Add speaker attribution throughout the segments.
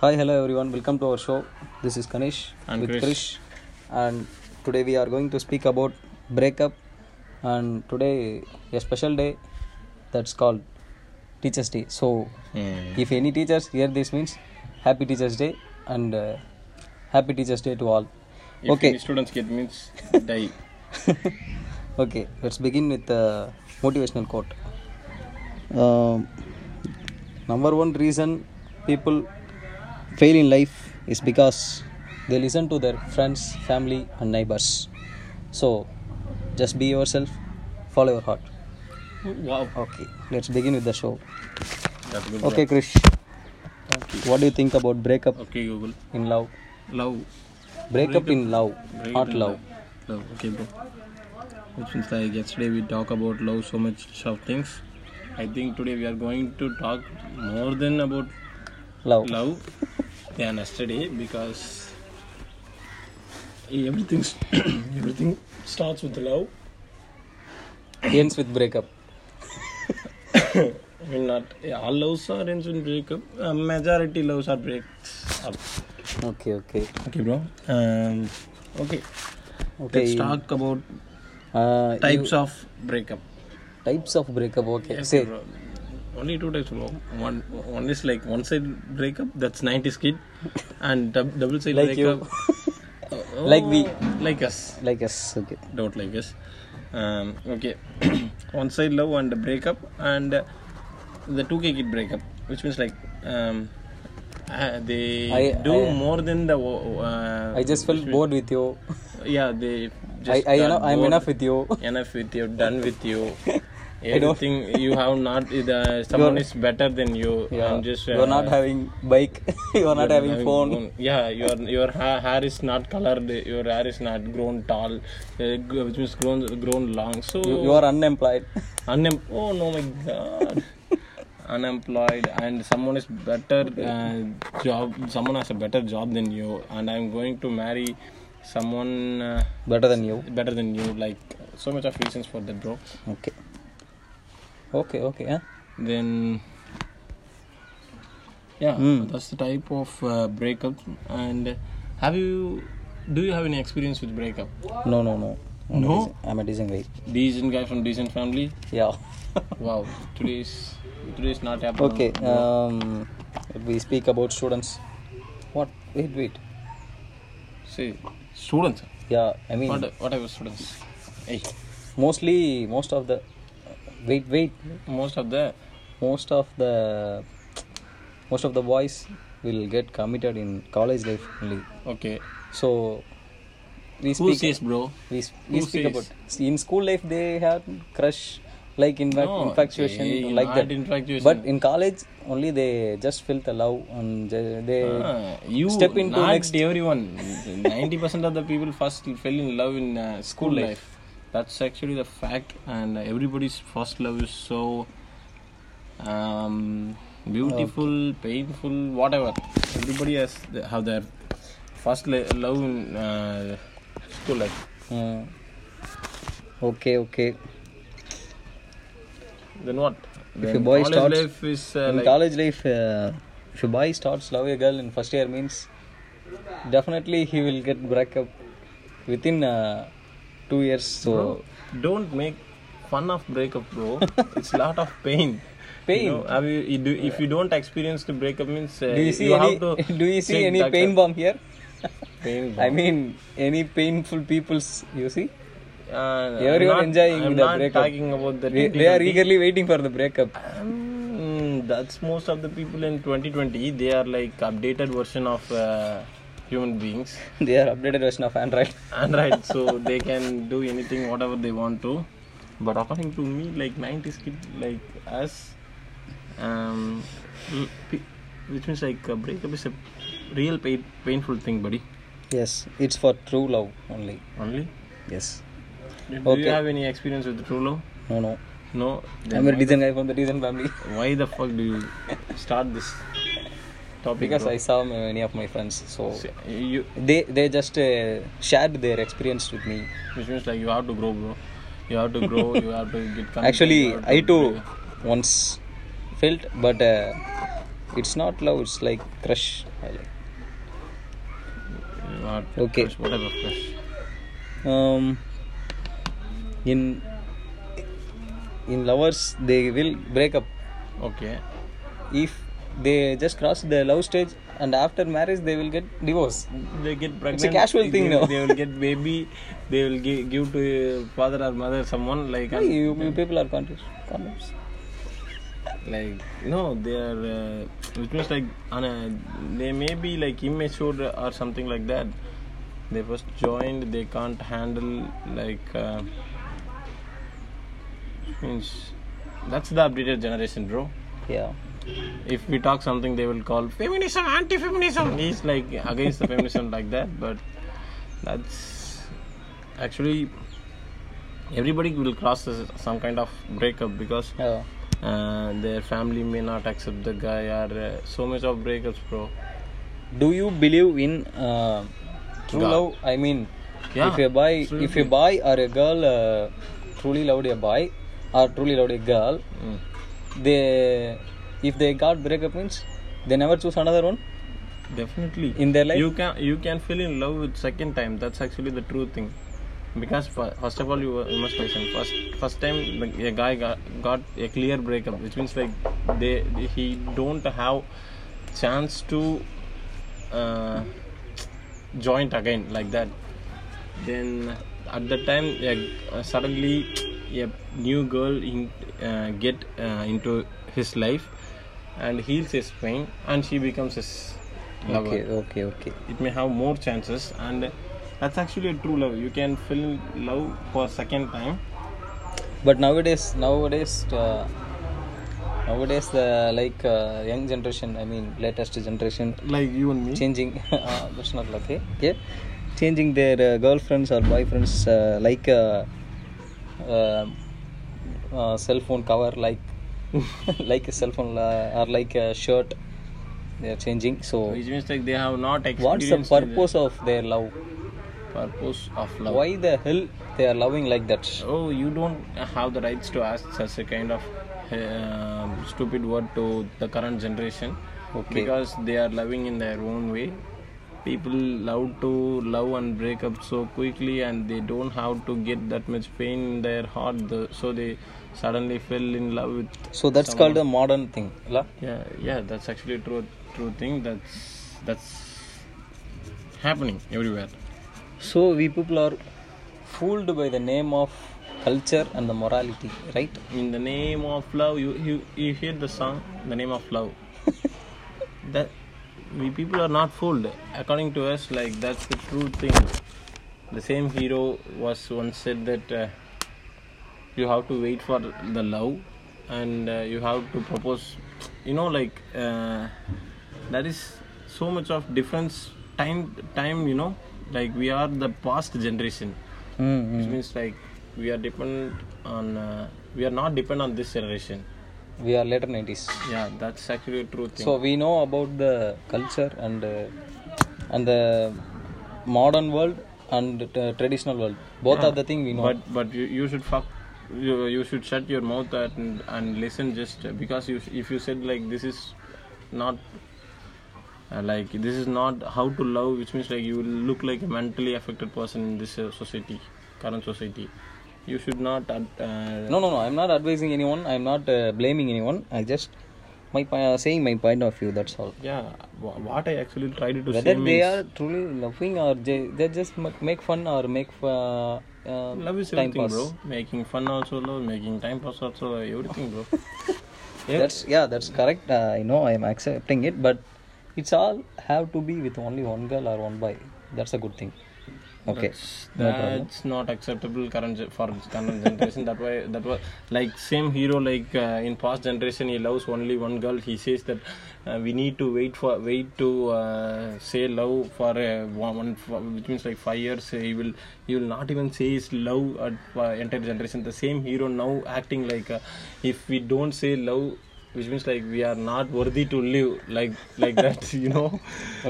Speaker 1: Hi, hello everyone. Welcome to our show. This is Kanish
Speaker 2: And
Speaker 1: with
Speaker 2: Krish.
Speaker 1: Krish, and today we are going to speak about breakup. And today a special day that's called Teachers Day. So,
Speaker 2: Mm.
Speaker 1: if any teachers hear this, means Happy Teachers Day and uh, Happy Teachers Day to all.
Speaker 2: If
Speaker 1: okay,
Speaker 2: any students get means die.
Speaker 1: okay. Let's begin with the motivational quote. Um, number one reason people fail in life is because they listen to their friends, family, and neighbors. So, just be yourself, follow your heart.
Speaker 2: Wow.
Speaker 1: Okay, let's begin with the show.
Speaker 2: That's good.
Speaker 1: Okay, Krish, what do you think about breakup
Speaker 2: Okay, Google.
Speaker 1: in love?
Speaker 2: Love.
Speaker 1: Breakup in love,
Speaker 2: Break
Speaker 1: not
Speaker 2: and
Speaker 1: love.
Speaker 2: Love. Okay, bro. Which means like yesterday we talk about love so much of things. I think today we are going to talk more than about
Speaker 1: Love.
Speaker 2: love than yesterday because everything everything starts with love.
Speaker 1: Ends with breakup.
Speaker 2: I mean, not all loves are ends in breakup. Uh, majority loves are breaks up.
Speaker 1: Okay, okay.
Speaker 2: Okay, bro. Um, okay. Let's
Speaker 1: Okay.
Speaker 2: talk about
Speaker 1: Uh,
Speaker 2: types of breakup.
Speaker 1: types of breakup, okay. Say,
Speaker 2: Bro, only two types, bro. One, one is like one side breakup. That's 90s kid, and dub, double side
Speaker 1: Like you.
Speaker 2: breakup. Oh,
Speaker 1: Like we.
Speaker 2: Like us.
Speaker 1: like us, okay.
Speaker 2: Don't like us. Um, okay. one side love and breakup, and uh, the 2K kid breakup, which means like um, uh, they
Speaker 1: I-
Speaker 2: do
Speaker 1: I-
Speaker 2: more than the. Uh,
Speaker 1: I just felt bored with you.
Speaker 2: yeah they
Speaker 1: I,
Speaker 2: just
Speaker 1: I,
Speaker 2: got
Speaker 1: eno- I'm
Speaker 2: bored.
Speaker 1: enough with you.
Speaker 2: enough with you done with you
Speaker 1: I don't-
Speaker 2: everything you have not uh, the, someone is better than you
Speaker 1: Yeah.
Speaker 2: i'm just
Speaker 1: you're not
Speaker 2: uh,
Speaker 1: having bike. you're not
Speaker 2: you're
Speaker 1: having, phone.
Speaker 2: yeah your your ha- hair is not colored your hair is not grown tall uh, gr- which means grown grown long so
Speaker 1: You, you are unemployed.
Speaker 2: Unem- oh no my god unemployed and someone is better uh, job someone has a better job than you and i'm going to marry someone uh,
Speaker 1: Better than you.
Speaker 2: better than you like so much of reasons for that bro
Speaker 1: Okay. Okay. Okay. Yeah.
Speaker 2: then yeah
Speaker 1: Hmm.
Speaker 2: that's the type of uh, breakup and have you do you have any experience with breakup
Speaker 1: No. No. No. I'm a
Speaker 2: No?
Speaker 1: decent- I'm a decent guy.
Speaker 2: decent guy from decent family
Speaker 1: Yeah.
Speaker 2: wow today's today's not happening
Speaker 1: okay. Um, we speak about students. What? Wait. Wait.
Speaker 2: see students
Speaker 1: Yeah. I mean,
Speaker 2: what what about students hey
Speaker 1: mostly most of the. Wait. Wait.
Speaker 2: most of the
Speaker 1: Most of the. Most of the boys will get committed in college life only.
Speaker 2: okay
Speaker 1: So we
Speaker 2: who
Speaker 1: speak
Speaker 2: says bro
Speaker 1: we, s- we
Speaker 2: who
Speaker 1: speak
Speaker 2: says?
Speaker 1: about see, in school life they have crush like in fact
Speaker 2: No,
Speaker 1: infatuation
Speaker 2: eh,
Speaker 1: like
Speaker 2: not
Speaker 1: that.
Speaker 2: infatuation.
Speaker 1: But in college only they just feel the love and they, they
Speaker 2: Ah, you
Speaker 1: step into
Speaker 2: not
Speaker 1: next
Speaker 2: everyone 90% of the people first fell in love in uh, school life that's actually the fact and everybody's first love is so um, beautiful painful whatever everybody has th- have their first la- love in uh, school life
Speaker 1: Hmm. okay okay.
Speaker 2: then what
Speaker 1: If
Speaker 2: then
Speaker 1: a boy
Speaker 2: college
Speaker 1: starts
Speaker 2: life is uh,
Speaker 1: in
Speaker 2: like,
Speaker 1: college life, uh, if a boy starts love a girl in first year means definitely he will get break up within uh, two years. So
Speaker 2: Bro, don't make fun of breakup, bro. it's lot of pain.
Speaker 1: Pain?
Speaker 2: You know, have you, you do, if you don't experience the breakup means uh,
Speaker 1: do you see
Speaker 2: have
Speaker 1: any
Speaker 2: to
Speaker 1: do you see
Speaker 2: check
Speaker 1: any
Speaker 2: doctor.
Speaker 1: pain bomb here?
Speaker 2: Pain
Speaker 1: I mean, any painful people's, you see,
Speaker 2: Uh,
Speaker 1: everyone
Speaker 2: I'm not,
Speaker 1: enjoying
Speaker 2: I'm
Speaker 1: the
Speaker 2: not
Speaker 1: breakup.
Speaker 2: talking about the
Speaker 1: they, they are eagerly waiting for the breakup.
Speaker 2: Mm, that's most of the people in 2020. They are like updated version of uh, human beings.
Speaker 1: They are updated version of Android.
Speaker 2: and right so they can do anything whatever they want to but according to me like 90s kid like us um l- pe- which means like a breakup is a real pain, painful thing buddy
Speaker 1: Yes, it's for true love only.
Speaker 2: only
Speaker 1: Yes.
Speaker 2: do
Speaker 1: Okay.
Speaker 2: you have any experience with true love
Speaker 1: No, no.
Speaker 2: no then
Speaker 1: I'm a decent guy from the decent family
Speaker 2: why the fuck do you start this topic
Speaker 1: because
Speaker 2: bro?
Speaker 1: I saw many of my friends. So
Speaker 2: S- you
Speaker 1: they they just uh, shared their experience with me.
Speaker 2: which means like you have to grow bro you have to grow you have to get committed, you
Speaker 1: Actually,
Speaker 2: have to
Speaker 1: I too
Speaker 2: break up.
Speaker 1: once felt, but uh, it's not love it's like crush I like.
Speaker 2: Not
Speaker 1: Okay.
Speaker 2: crush, whatever crush.
Speaker 1: um, in in lovers they will break up
Speaker 2: Okay.
Speaker 1: if they just cross the love stage and after marriage they will get divorce
Speaker 2: They get pregnant.
Speaker 1: casual thing
Speaker 2: they,
Speaker 1: now.
Speaker 2: They will get baby. They will give, give to uh, father or mother someone like.
Speaker 1: Why
Speaker 2: and-
Speaker 1: you, you people are condoms, condoms.
Speaker 2: uh, like no they are uh, which means like on a, they may be like immature or something like that they first joined they can't handle like uh, means that's the updated generation bro
Speaker 1: yeah
Speaker 2: if we talk something they will call feminism anti-feminism he's like against the feminism like that but that's actually everybody will cross this- some kind of breakup because
Speaker 1: yeah
Speaker 2: uh, their family may not accept the guy or uh, so much of breakups bro
Speaker 1: do you believe in uh, true
Speaker 2: God.
Speaker 1: love i mean
Speaker 2: Yeah,
Speaker 1: if a boy if
Speaker 2: absolutely.
Speaker 1: a boy or a girl uh, truly loved a boy or truly loved a girl
Speaker 2: Mm.
Speaker 1: they if they got breakup means they never choose another one
Speaker 2: definitely
Speaker 1: In their life?
Speaker 2: you can you can feel in love with second time that's actually the true thing because fir- first of all you, were- you must listen first first time the, a guy got, got a clear breakup which means like they he don't have chance to uh, joint again like that then at that time uh, uh, suddenly a new girl in, uh, get uh, into his life and heals his pain and she becomes his lover
Speaker 1: okay okay okay
Speaker 2: it may have more chances and that's actually a true love you can feel in love for second time
Speaker 1: but nowadays nowadays uh, nowadays the like uh, young generation i mean latest generation
Speaker 2: like you and me
Speaker 1: changing uh, that's not lucky okay changing their uh, girlfriends or boyfriends uh, like uh, uh, uh, cell phone cover like like a cell phone la- or like a shirt they are changing so
Speaker 2: which means like they have not
Speaker 1: what's
Speaker 2: experienced
Speaker 1: the purpose of their love
Speaker 2: purpose of love
Speaker 1: why the hell they are loving like that
Speaker 2: oh you don't have the rights to ask such a kind of um stupid word to the current generation
Speaker 1: Okay.
Speaker 2: because they are loving in their own way people love to love and break up so quickly and they don't have to get that much pain in their heart the, so they suddenly fell in love with
Speaker 1: so that's called a modern thing la?
Speaker 2: yeah yeah that's actually a true true thing that's that's happening everywhere
Speaker 1: so we people are fooled by the name of culture and the morality right
Speaker 2: in the name of love you you, you hear the song the name of love that we people are not fooled according to us like that's the true thing the same hero was once said that uh, you have to wait for the love and uh, you have to propose you know like uh, that is so much of difference time time you know like we are the past generation
Speaker 1: mm
Speaker 2: which means like we are dependent on uh, we are not dependent on this generation
Speaker 1: we are later 90s
Speaker 2: yeah that's actually a true thing
Speaker 1: so we know about the culture and uh, and the modern world and uh, traditional world both are the thing we know
Speaker 2: but but you, you should fuck you, you should shut your mouth and and listen just uh, because you if you said like this is not uh, like this is not how to love which means like you will look like a mentally affected person in this uh, society current society you should not uh, uh,
Speaker 1: no no no i'm not advising anyone i'm not uh, blaming anyone i just my po- uh, saying my point of view that's all
Speaker 2: yeah wha- what i actually tried to
Speaker 1: whether
Speaker 2: say
Speaker 1: they
Speaker 2: means-
Speaker 1: are truly loving or they, they just ma- make fun or make uh, uh,
Speaker 2: Love is
Speaker 1: time
Speaker 2: everything,
Speaker 1: pass
Speaker 2: bro. Making fun also love, making time pass also everything, bro. Yeah.
Speaker 1: that's yeah that's correct uh, i know i am accepting it but it's all have to be with only one girl or one boy that's a good thing okay
Speaker 2: That's, that's not acceptable current ge- for current generation. that why that was like same hero like uh, in past generation he loves only one girl. He says that uh, we need to wait for wait to uh, say love for uh, one, one for, which means like five years. He will he will not even say his love at uh, entire generation. The same hero now acting like uh, if we don't say love. Which means like we are not worthy to live like like that, you know.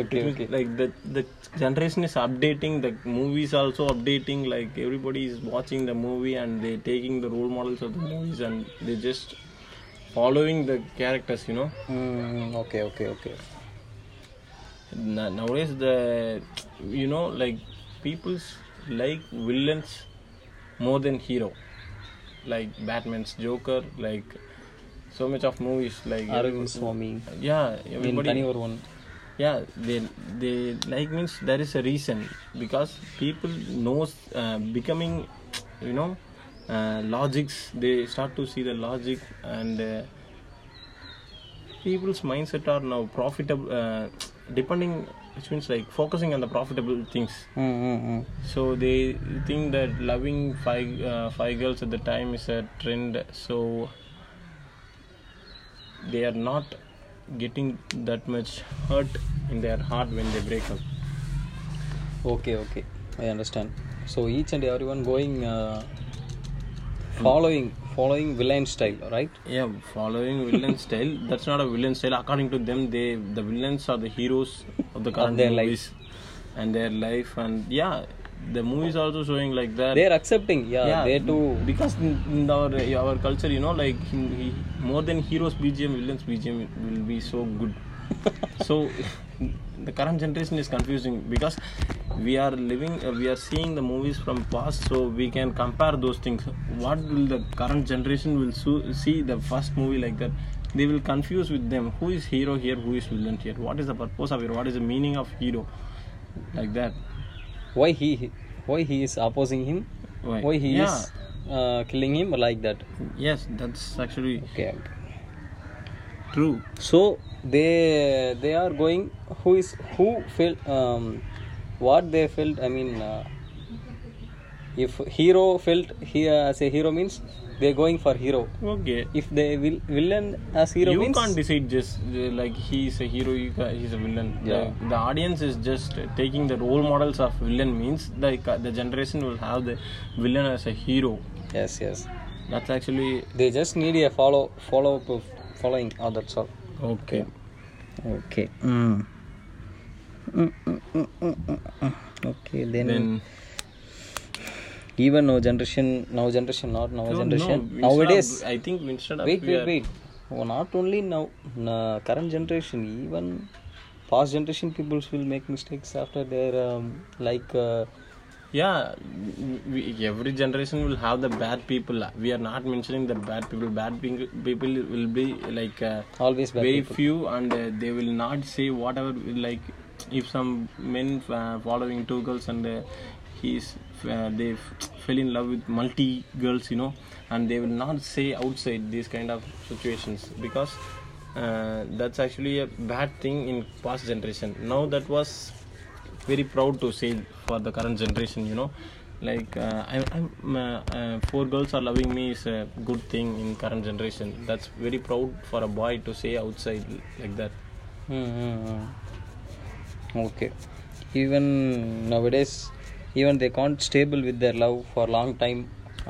Speaker 1: Okay,
Speaker 2: It means
Speaker 1: okay.
Speaker 2: like the the generation is updating the movies also updating like everybody is watching the movie and they taking the role models of the movies and they just following the characters, you know.
Speaker 1: Mm, okay, okay, okay.
Speaker 2: Na- nowadays the you know like people's like villains more than hero like batman's joker like so much of movies like
Speaker 1: Aravind Swami.
Speaker 2: yeah
Speaker 1: In
Speaker 2: everybody
Speaker 1: Tanivar one.
Speaker 2: yeah they they like means there is a reason because people knows uh, becoming you know uh, logics they start to see the logic and uh, people's mindset are now profitable uh, depending which means like focusing on the profitable things
Speaker 1: Mm, mm, mm.
Speaker 2: so they think that loving five uh, five girls at the time is a trend so they are not getting that much hurt in their heart when they break up
Speaker 1: Okay, okay. I understand. So each and everyone going uh, following following villain style, right?
Speaker 2: yeah following villain style that's not a villain style according to them they the villains are the heroes of the current
Speaker 1: their life.
Speaker 2: movies and their life and yeah the movies also showing like that
Speaker 1: They are accepting. Yeah, they too.
Speaker 2: Uh, because in, in our our culture you know like he, he, more than heroes bgm villains bgm will be so good so the current generation is confusing because we are living uh, we are seeing the movies from past so we can compare those things what will the current generation will so, see the first movie like that they will confuse with them who is hero here who is villain here what is the purpose of hero what is the meaning of hero like that
Speaker 1: Why he? he- Why he is opposing him?
Speaker 2: Why?
Speaker 1: Why he
Speaker 2: Yeah.
Speaker 1: is uh, killing him like that?
Speaker 2: yes that's actually
Speaker 1: Okay, okay.
Speaker 2: true
Speaker 1: So they they are going. Who is who felt? Um, what they felt? I mean, uh, if hero felt here as a hero means they going for hero.
Speaker 2: Okay.
Speaker 1: If they will villain as hero
Speaker 2: you
Speaker 1: means
Speaker 2: can't decide just uh, like he is a hero, you ca- he's a villain.
Speaker 1: Yeah.
Speaker 2: Like, the audience is just uh, taking the role models of villain means like uh, the generation will have the villain as a hero.
Speaker 1: yes yes
Speaker 2: That's actually
Speaker 1: they just need a follow follow up of following oh that's all
Speaker 2: okay.
Speaker 1: okay mm. Mm, mm, mm, mm, mm, mm. okay then,
Speaker 2: Then
Speaker 1: even now generation now generation not now
Speaker 2: No,
Speaker 1: generation
Speaker 2: no,
Speaker 1: nowadays
Speaker 2: instead of- I think instead of
Speaker 1: wait
Speaker 2: we
Speaker 1: wait
Speaker 2: are-
Speaker 1: wait oh, not only now na- current generation even past generation peoples will make mistakes after their um, like uh,
Speaker 2: Yeah, we, every generation will have the bad people. We are not mentioning the bad people. Bad ping- people will be like uh,
Speaker 1: Always bad
Speaker 2: very
Speaker 1: people.
Speaker 2: few, and uh, they will not say whatever. Like if some men uh, following two girls and uh, he's uh, they f- fell in love with multi girls, you know, and they will not say outside these kind of situations because uh, that's actually a bad thing in past generation. Now that was very proud to say for the current generation you know like uh, I, i'm uh, uh, four girls are loving me is a good thing in current generation that's very proud for a boy to say outside like that
Speaker 1: Mm, mm, mm. okay even nowadays even they can't stable with their love for long time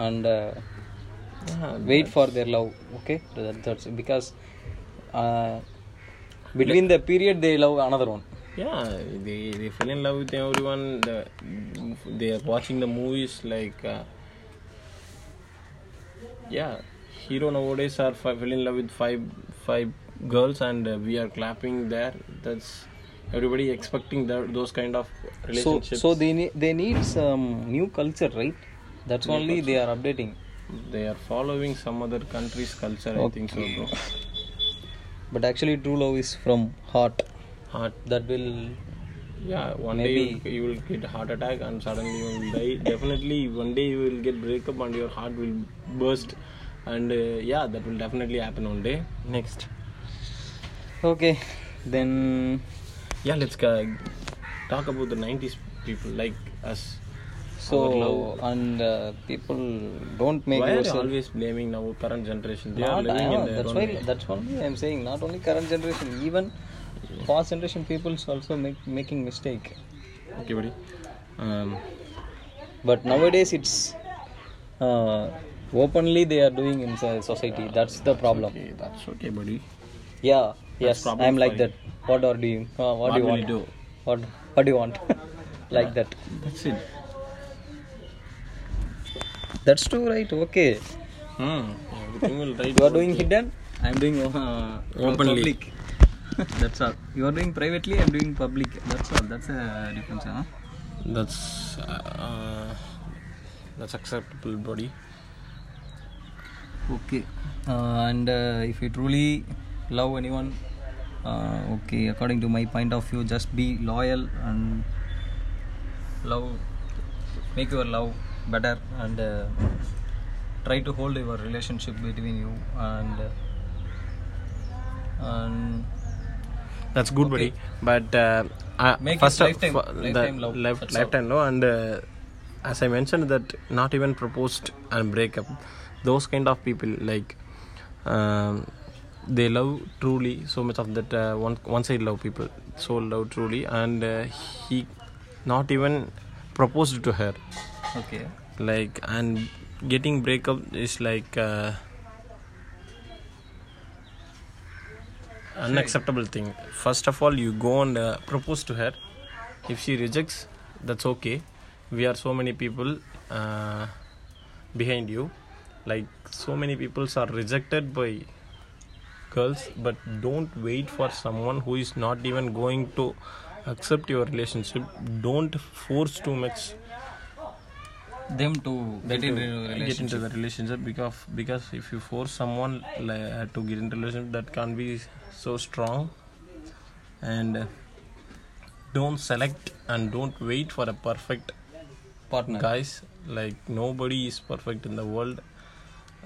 Speaker 1: and uh,
Speaker 2: yeah,
Speaker 1: wait for their love okay that, that's because uh, between the period they love another one
Speaker 2: yeah they, they fell in love with everyone the, they are watching the movies like uh, yeah hero nowadays are five, fell in love with five five girls and uh, we are clapping there that's everybody expecting that those kind of
Speaker 1: so
Speaker 2: relationships
Speaker 1: so they need they need some new culture right that's only they are updating
Speaker 2: they are following some other country's culture i think so bro
Speaker 1: but actually true love is from heart
Speaker 2: heart
Speaker 1: that will
Speaker 2: yeah one day
Speaker 1: Maybe-
Speaker 2: you, you will get heart attack and suddenly you will die definitely one day you will get breakup and your heart will burst and uh, yeah that will definitely happen one day next
Speaker 1: okay then
Speaker 2: yeah let's uh, talk about the 90s people like us Our
Speaker 1: so
Speaker 2: love.
Speaker 1: and uh, people don't make
Speaker 2: why are you
Speaker 1: yourself
Speaker 2: always blaming now current generation they are
Speaker 1: Not-
Speaker 2: living
Speaker 1: I
Speaker 2: in
Speaker 1: know,
Speaker 2: their
Speaker 1: that's
Speaker 2: own
Speaker 1: why
Speaker 2: way.
Speaker 1: that's only I'm saying not only current generation even past generation people's also make making mistake
Speaker 2: okay buddy um,
Speaker 1: but nowadays it's uh, openly they are doing in so- society that's the problem
Speaker 2: okay that's okay buddy
Speaker 1: yeah yes
Speaker 2: problem
Speaker 1: I'm like
Speaker 2: for
Speaker 1: that what are doing uh, what,
Speaker 2: What
Speaker 1: do you
Speaker 2: will
Speaker 1: want
Speaker 2: you do?
Speaker 1: what what do you want like that
Speaker 2: that's it
Speaker 1: that's true right okay
Speaker 2: hmm. everything will right
Speaker 1: you are doing
Speaker 2: okay.
Speaker 1: hidden I'm doing uh,
Speaker 2: Openly.
Speaker 1: public. That's all. You are doing privately. I'm doing public. That's all. That's a difference, huh?
Speaker 2: That's uh, that's acceptable, buddy.
Speaker 1: Okay. Uh, and uh, if you truly love anyone, uh, okay, according to my point of view, just be loyal and love, make your love better and uh, try to hold your relationship between you and uh, and
Speaker 2: That's good, buddy. But uh, uh,
Speaker 1: Make it
Speaker 2: first of-
Speaker 1: lifetime-
Speaker 2: fu- the
Speaker 1: lifetime love.
Speaker 2: lif-
Speaker 1: That's
Speaker 2: lifetime love, and uh, as I mentioned, that not even proposed and breakup. Those kind of people, like um, they love truly so much of that uh, one one side love people, so love truly, and uh, he not even proposed to her
Speaker 1: okay,
Speaker 2: like and getting breakup is like uh, unacceptable thing first of all you go and uh, propose to her if she rejects that's okay we are so many people uh, behind you like so many people are rejected by girls but don't wait for someone who is not even going to accept your relationship don't force too much
Speaker 1: them to get into a
Speaker 2: to get into
Speaker 1: relationship.
Speaker 2: the relationship because because if you force someone like, uh, to get into relationship that can be so strong and uh, don't select and don't wait for a perfect
Speaker 1: partner.
Speaker 2: guys like nobody is perfect in the world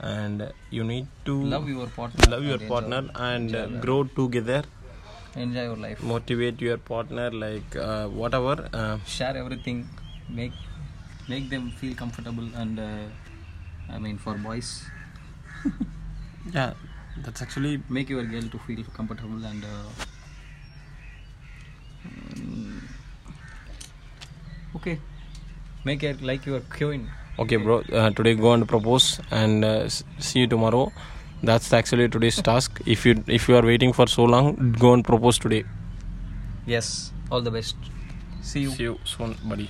Speaker 2: and uh, you need to
Speaker 1: Love your partner.
Speaker 2: love your
Speaker 1: and
Speaker 2: partner and uh, grow together
Speaker 1: Enjoy, enjoy your life.
Speaker 2: motivate your partner like uh, whatever uh,
Speaker 1: share everything make make them feel comfortable and uh, i mean for boys
Speaker 2: yeah that's actually
Speaker 1: make your girl to feel comfortable and uh, mm, okay make her like your queen
Speaker 2: okay bro uh, today go and propose and uh, s- see you tomorrow that's actually today's task if you if you are waiting for so long go and propose today
Speaker 1: yes all the best see you
Speaker 2: see you soon buddy